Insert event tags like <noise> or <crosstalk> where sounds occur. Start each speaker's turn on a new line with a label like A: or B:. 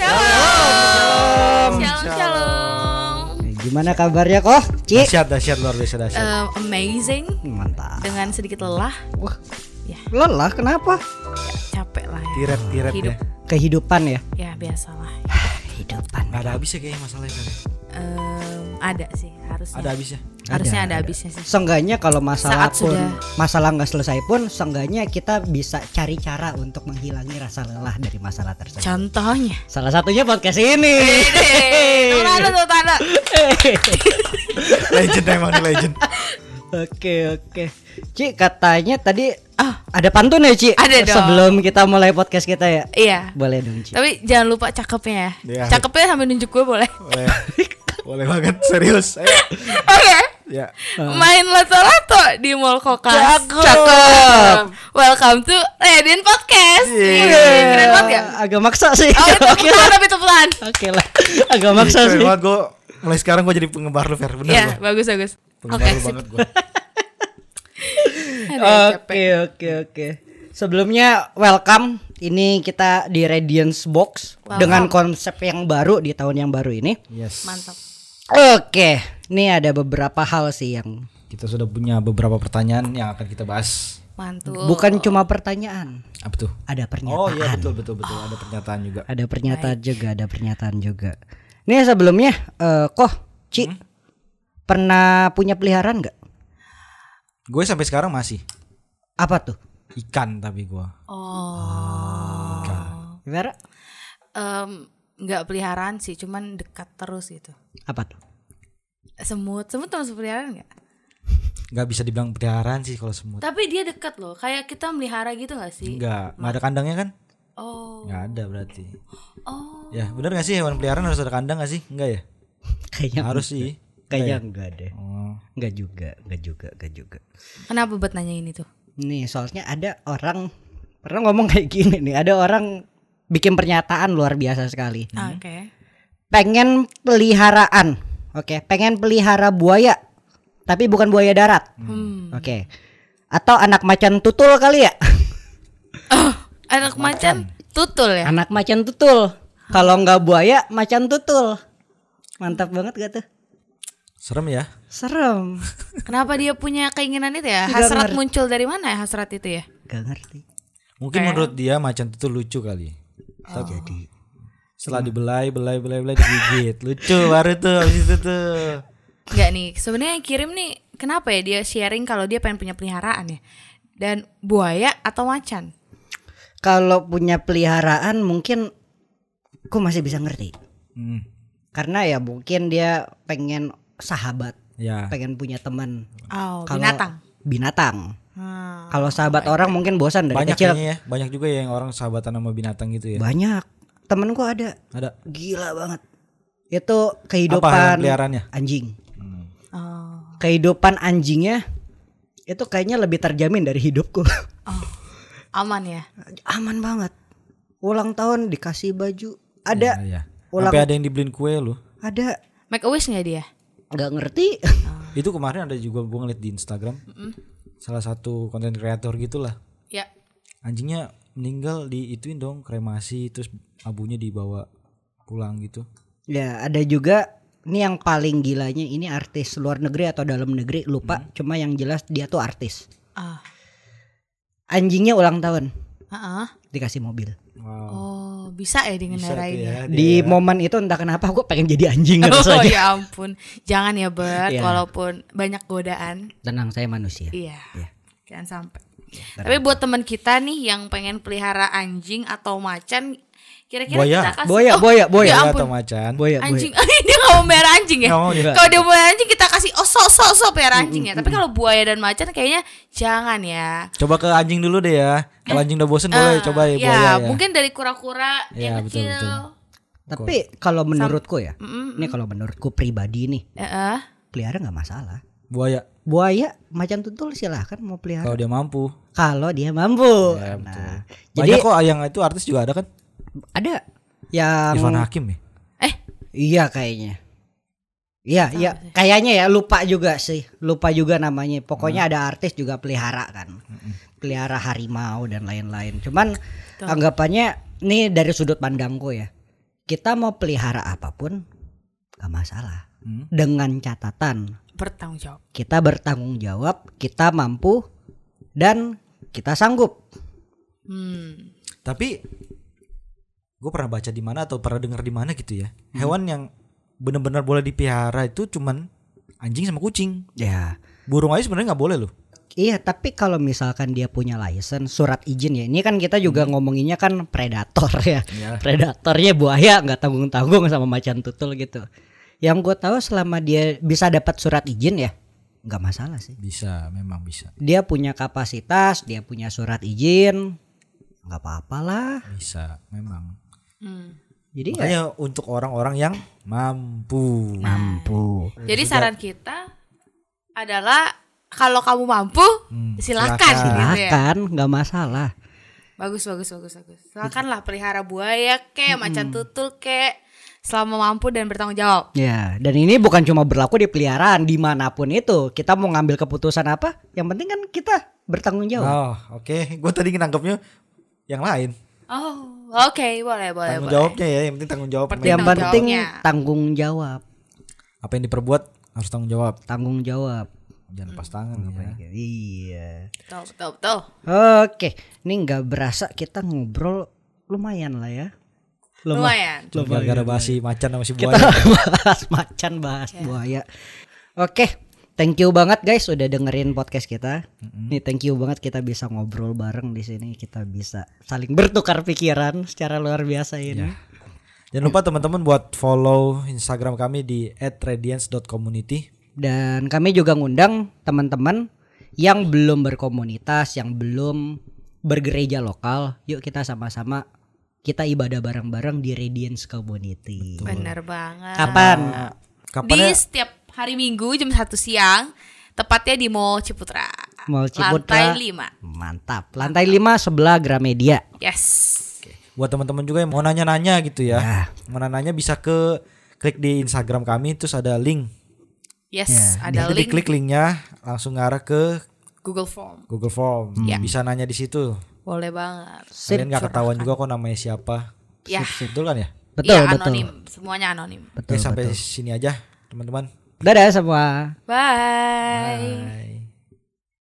A: Eh, Gimana kabarnya kok? Ci.
B: Dahsyat, dahsyat luar biasa dahsyat.
C: Eh, amazing
A: Mantap.
C: dengan sedikit lelah
A: Wah.
C: Ya.
A: Lelah kenapa?
C: capek lah ya,
B: Tiret, tiret
C: hidup.
B: ya.
A: Kehidupan ya.
C: ya biasalah
A: Kehidupan.
B: Gak ada habisnya kayaknya masalahnya. Fer. ya.
C: Em, ada sih harusnya
B: Ada habisnya.
C: harusnya
A: Ada,
C: ada, habisnya sih
A: Seenggaknya kalau masalah
C: Saat
A: pun
C: sudah.
A: masalah nggak selesai pun seenggaknya kita bisa cari cara untuk menghilangi rasa lelah dari masalah tersebut.
C: contohnya
A: Salah satunya podcast ini.
C: tuh tanda tuh tanda
B: legend emang nih, legend.
A: <laughs> Oke oke. Ci katanya tadi
C: Ah.
A: ada pantun ya Ci?
C: Ada dong.
A: Sebelum kita mulai podcast kita ya.
C: iya
A: Boleh dong Ci.
C: tapi jangan lupa cakepnya ya
B: Iya.
C: cakepnya sambil nunjuk gue boleh
B: Boleh, boleh banget serius. Ayo.
C: <laughs> oke
B: Ya.
C: main lato-lato di Mall Kokas
A: Cakep.
C: welcome to Redin Podcast
B: Iya.
C: Yeay, keren banget ya
A: Agak maksa sih.
C: oh
A: <laughs>
C: itu
A: Oke
C: tepukan
A: lah.
C: tapi tepukan
A: Oke lah. Agak maksa
B: Keren
A: sih.
B: banget gue mulai sekarang gue jadi pengembar lu Fer, bener
C: ya
B: gua.
C: bagus bagus oke
B: Pengembar lu
C: sip.
B: banget gue.
C: Aduh,
A: Oke oke oke. Sebelumnya welcome ini kita di Radiance Box
C: Welcome.
A: dengan konsep yang baru di tahun yang baru ini.
B: Yes.
C: mantap
A: Oke, ini ada beberapa hal sih yang
B: Kita sudah punya beberapa pertanyaan yang akan kita bahas.
C: mantul
A: bukan cuma pertanyaan,
B: Apa tuh?
A: ada pernyataan.
B: Oh iya betul betul betul ada pernyataan juga.
A: Ada pernyataan juga, ada pernyataan juga. Nih sebelumnya eh Koh, Ci
B: Hmm?
A: pernah punya peliharaan nggak?
B: Gue sampai sekarang masih
A: Apa tuh?
B: ikan tapi gue.
C: oh
A: Vera?
C: Em, nggak peliharaan sih cuman dekat terus gitu
A: Apa tuh?
C: semut semut termasuk peliharaan nggak
B: Gak bisa dibilang peliharaan sih kalau semut.
C: tapi dia dekat loh kayak kita melihara gitu nggak sih
B: Enggak, nggak ada kandangnya kan?
C: oh
B: Enggak ada berarti.
C: oh
B: Ya, benar gak sih hewan peliharaan harus ada kandang gak sih? Enggak ya?
A: Kayaknya
B: Harus sih.
A: kayaknya enggak deh.
B: Oh.
A: Enggak juga, enggak juga, enggak juga.
C: kenapa buat nanya ini tuh
A: Nih, soalnya ada orang pernah ngomong kayak gini nih, ada orang bikin pernyataan luar biasa sekali.
C: Ah, oke
A: Pengen peliharaan. Oke, pengen pelihara buaya. Tapi bukan buaya darat.
C: hmm.
A: Oke. Atau anak macan tutul kali <laughs> ya?
C: Ah, anak macan tutul ya
A: Anak macan tutul. Kalau nggak buaya, macan tutul. Mantap banget gak tuh?
B: Serem ya?
A: Serem.
C: kenapa dia punya keinginan itu ya
A: Nggak
C: hasrat
A: ngerti.
C: muncul dari mana ya hasrat itu ya
A: Gak ngerti.
B: Mungkin
C: Kayak-
B: menurut dia macan itu lucu kali.
A: Jadi
B: Setelah dibelai, belai, belai, belai digigit.
A: <laughs>
B: lucu baru tuh habis itu tuh.
C: nggak nih sebenarnya yang kirim nih kenapa ya dia sharing kalau dia pengen punya peliharaan ya dan buaya atau macan
A: kalau punya peliharaan mungkin aku masih bisa ngerti.
B: Hmm.
A: Karena ya mungkin dia pengen sahabat,
B: Ya.
A: pengen punya teman.
C: oh
A: Kalau-
C: binatang
A: Binatang.
C: Hmm.
A: Kalau sahabat orang mungkin bosan
B: ya.
A: dari
B: Banyak
A: kecil.
B: kayaknya ya. Banyak juga ya yang orang sahabatan sama binatang gitu ya.
A: Banyak. Temen gua ada
B: Ada
A: gila banget. Itu
B: apa hewan
A: kehidupan
B: peliharaannya?
A: anjing.
C: Oh.
A: Kehidupan anjingnya itu kayaknya lebih terjamin dari hidupku. <laughs>
C: Oh, aman ya.
A: Aman banget. Ulang tahun dikasih baju.
B: Ya,
A: Ada
B: ya.
A: ulang-
B: Sampai ada yang dibeliin kue loh.
A: ada
C: Make a wish nggak dia?
A: nggak ngerti.
B: Itu kemarin ada juga gue ngeliat di Instagram. Salah satu konten kreator gitulah.
C: Ya.
B: Anjingnya meninggal di ituin dong kremasi terus abunya dibawa pulang gitu.
A: Ya, ada juga ini yang paling gilanya ini artis luar negeri atau dalam negeri lupa,
B: Hmm.
A: cuma yang jelas dia tuh artis.
C: Ah.
A: Anjingnya ulang tahun
C: ah, ah.
A: dikasih mobil.
B: Wow.
C: Oh, bisa ya
B: Bisa
C: digendarai
B: tuh
C: dia.
B: ya, iya.
A: Di
B: dia.
A: momen itu entah kenapa gue pengen jadi anjing
C: <laughs>
B: <laughs>
C: Oh
A: rasanya.
C: ya ampun, jangan ya Bert,
A: Iya.
C: walaupun banyak godaan,
A: Tenang, saya manusia.
C: iya,
A: Iya.
C: jangan sampai.
B: Iya,
C: Tapi
B: ya.
C: buat teman kita nih yang pengen pelihara anjing atau macan, kira-kira
B: Buaya.
C: kita kasih
A: Boya,
C: Oh,
A: boya, boya.
C: ya
B: Buaya
C: ampun.
B: atau macan?
A: Boya, boya.
C: anjing, <laughs> dia nggak mau pelihara anjing ya.
B: Nggak mau Mm, dia.
C: Kalau dia mau pelihara anjing kita kasih oh sok sok sok pelihara anjing ya. Tapi kalau buaya dan macan kayaknya jangan ya.
B: Coba ke anjing dulu deh ya. Kalau anjing udah bosen boleh
C: Ah,
B: coba ya, buaya ya.
C: mungkin dari kura-kura
B: Iya,
C: yang
B: betul,
C: kecil.
B: betul.
A: Tapi kalau menurutku ya, ini kalau menurutku pribadi nih,
C: Heeh.
A: pelihara nggak masalah.
B: Buaya
A: Buaya, macan tutul silahkan mau pelihara
B: kalau dia mampu.
A: kalau dia mampu.
B: Oh. Ya, betul.
A: nah,
B: Jadi
A: jadi
B: kok yang itu artis juga ada kan?
A: ada yang
B: Irfan Hakim ya.
C: Eh,
A: Iya kayaknya. Iya, iya, kayaknya ya lupa juga sih, lupa juga namanya. Pokoknya ada artis juga pelihara kan, pelihara harimau dan lain-lain. Cuman anggapannya nih dari sudut pandangku ya, kita mau pelihara apapun gak masalah. dengan catatan
C: bertanggung jawab.
A: kita bertanggung jawab, kita mampu dan kita sanggup.
C: Hmm.
B: Tapi gue pernah baca di mana atau pernah dengar di mana gitu ya.
A: Hmm.
B: Hewan yang benar-benar boleh dipelihara itu cuman anjing sama kucing.
A: Ya.
B: Burung aja sebenarnya nggak boleh loh.
A: Iya, tapi kalau misalkan dia punya license, surat izin ya. Ini kan kita juga ngomonginnya kan predator ya.
B: Iya.
A: Predatornya buaya nggak tanggung-tanggung sama macan tutul gitu. Yang gue tahu selama dia bisa dapat surat izin ya, nggak masalah sih.
B: Bisa, memang bisa.
A: Dia punya kapasitas, dia punya surat izin, nggak apa-apalah.
B: Bisa, memang.
C: Hmm.
A: Jadi nggak
B: Makanya untuk orang-orang yang mampu.
A: mampu.
B: Iya,
C: Jadi saran kita adalah kalau kamu mampu, silakan,
B: Hmm, silakan.
C: gitu ya.
A: Silakan, nggak masalah.
C: Bagus bagus bagus bagus. Silakanlah pelihara buaya kek,
B: Hmm.
C: macan tutul kek, selama mampu dan bertanggung jawab.
A: Ya, dan ini bukan cuma berlaku di peliharaan dimanapun itu. Kita mau ngambil keputusan apa? Yang penting kan kita bertanggung jawab.
B: Oh, oke. Gue tadi nangkepnya yang lain.
C: Oh, oke, boleh boleh
B: Tanggung
C: boleh.
B: jawabnya ya, yang penting tanggung jawab.
C: Seperti-
A: yang
C: tanggung
A: penting
C: jawabnya.
A: tanggung jawab,
B: Apa yang diperbuat harus tanggung jawab.
A: tanggung jawab.
B: Jangan lepas tangan ya.
A: Iya.
C: Betul betul betul.
A: Oke, ini nggak berasa kita ngobrol lumayan lah ya. <laughs> Luma-
C: Lumayan.
B: Cuma gara-gara basi macan sama si
A: Kita
B: buaya.
A: bahas macan, bahas buaya. Oke, thank you banget guys udah dengerin podcast kita. Nih thank you banget kita bisa ngobrol bareng di sini, kita bisa saling bertukar pikiran secara luar biasa ini.
B: Jangan lupa teman-teman buat follow Instagram kami di @radiance.community.
A: Dan kami juga ngundang teman-teman yang belum berkomunitas, yang belum bergereja lokal, yuk kita sama-sama kita ibadah bareng-bareng di Radiance Community.
C: Benar banget.
A: Kapan?
C: Di
B: Kapan ya?
C: setiap hari Minggu jam 1 siang, tepatnya di Mall Ciputra.
A: Mall Ciputra.
C: Lantai 5.
A: Mantap. Lantai 5 sebelah Gramedia.
C: Yes.
B: Buat teman-teman juga yang mau nanya-nanya gitu ya.
A: Ya.
B: Mau nanya bisa ke klik di Instagram kami terus ada link.
C: Yes, ada
B: Nanti
C: link
B: Ya, diklik linknya langsung ngarah ke
C: Google Form.
B: Google Form.
C: Hmm. Ya.
B: Bisa nanya di situ.
C: Boleh banget.
A: Sip.
B: Kalian nggak ketahuan juga kok namanya siapa.
C: Ya.
B: Sip, sip, Betul kan ya?
A: Betul,
C: Iya,
A: betul.
C: anonim. Semuanya anonim.
A: Betul,
B: Oke, sampai
A: betul.
B: sini aja, teman-teman.
A: Dadah semua.
C: Bye.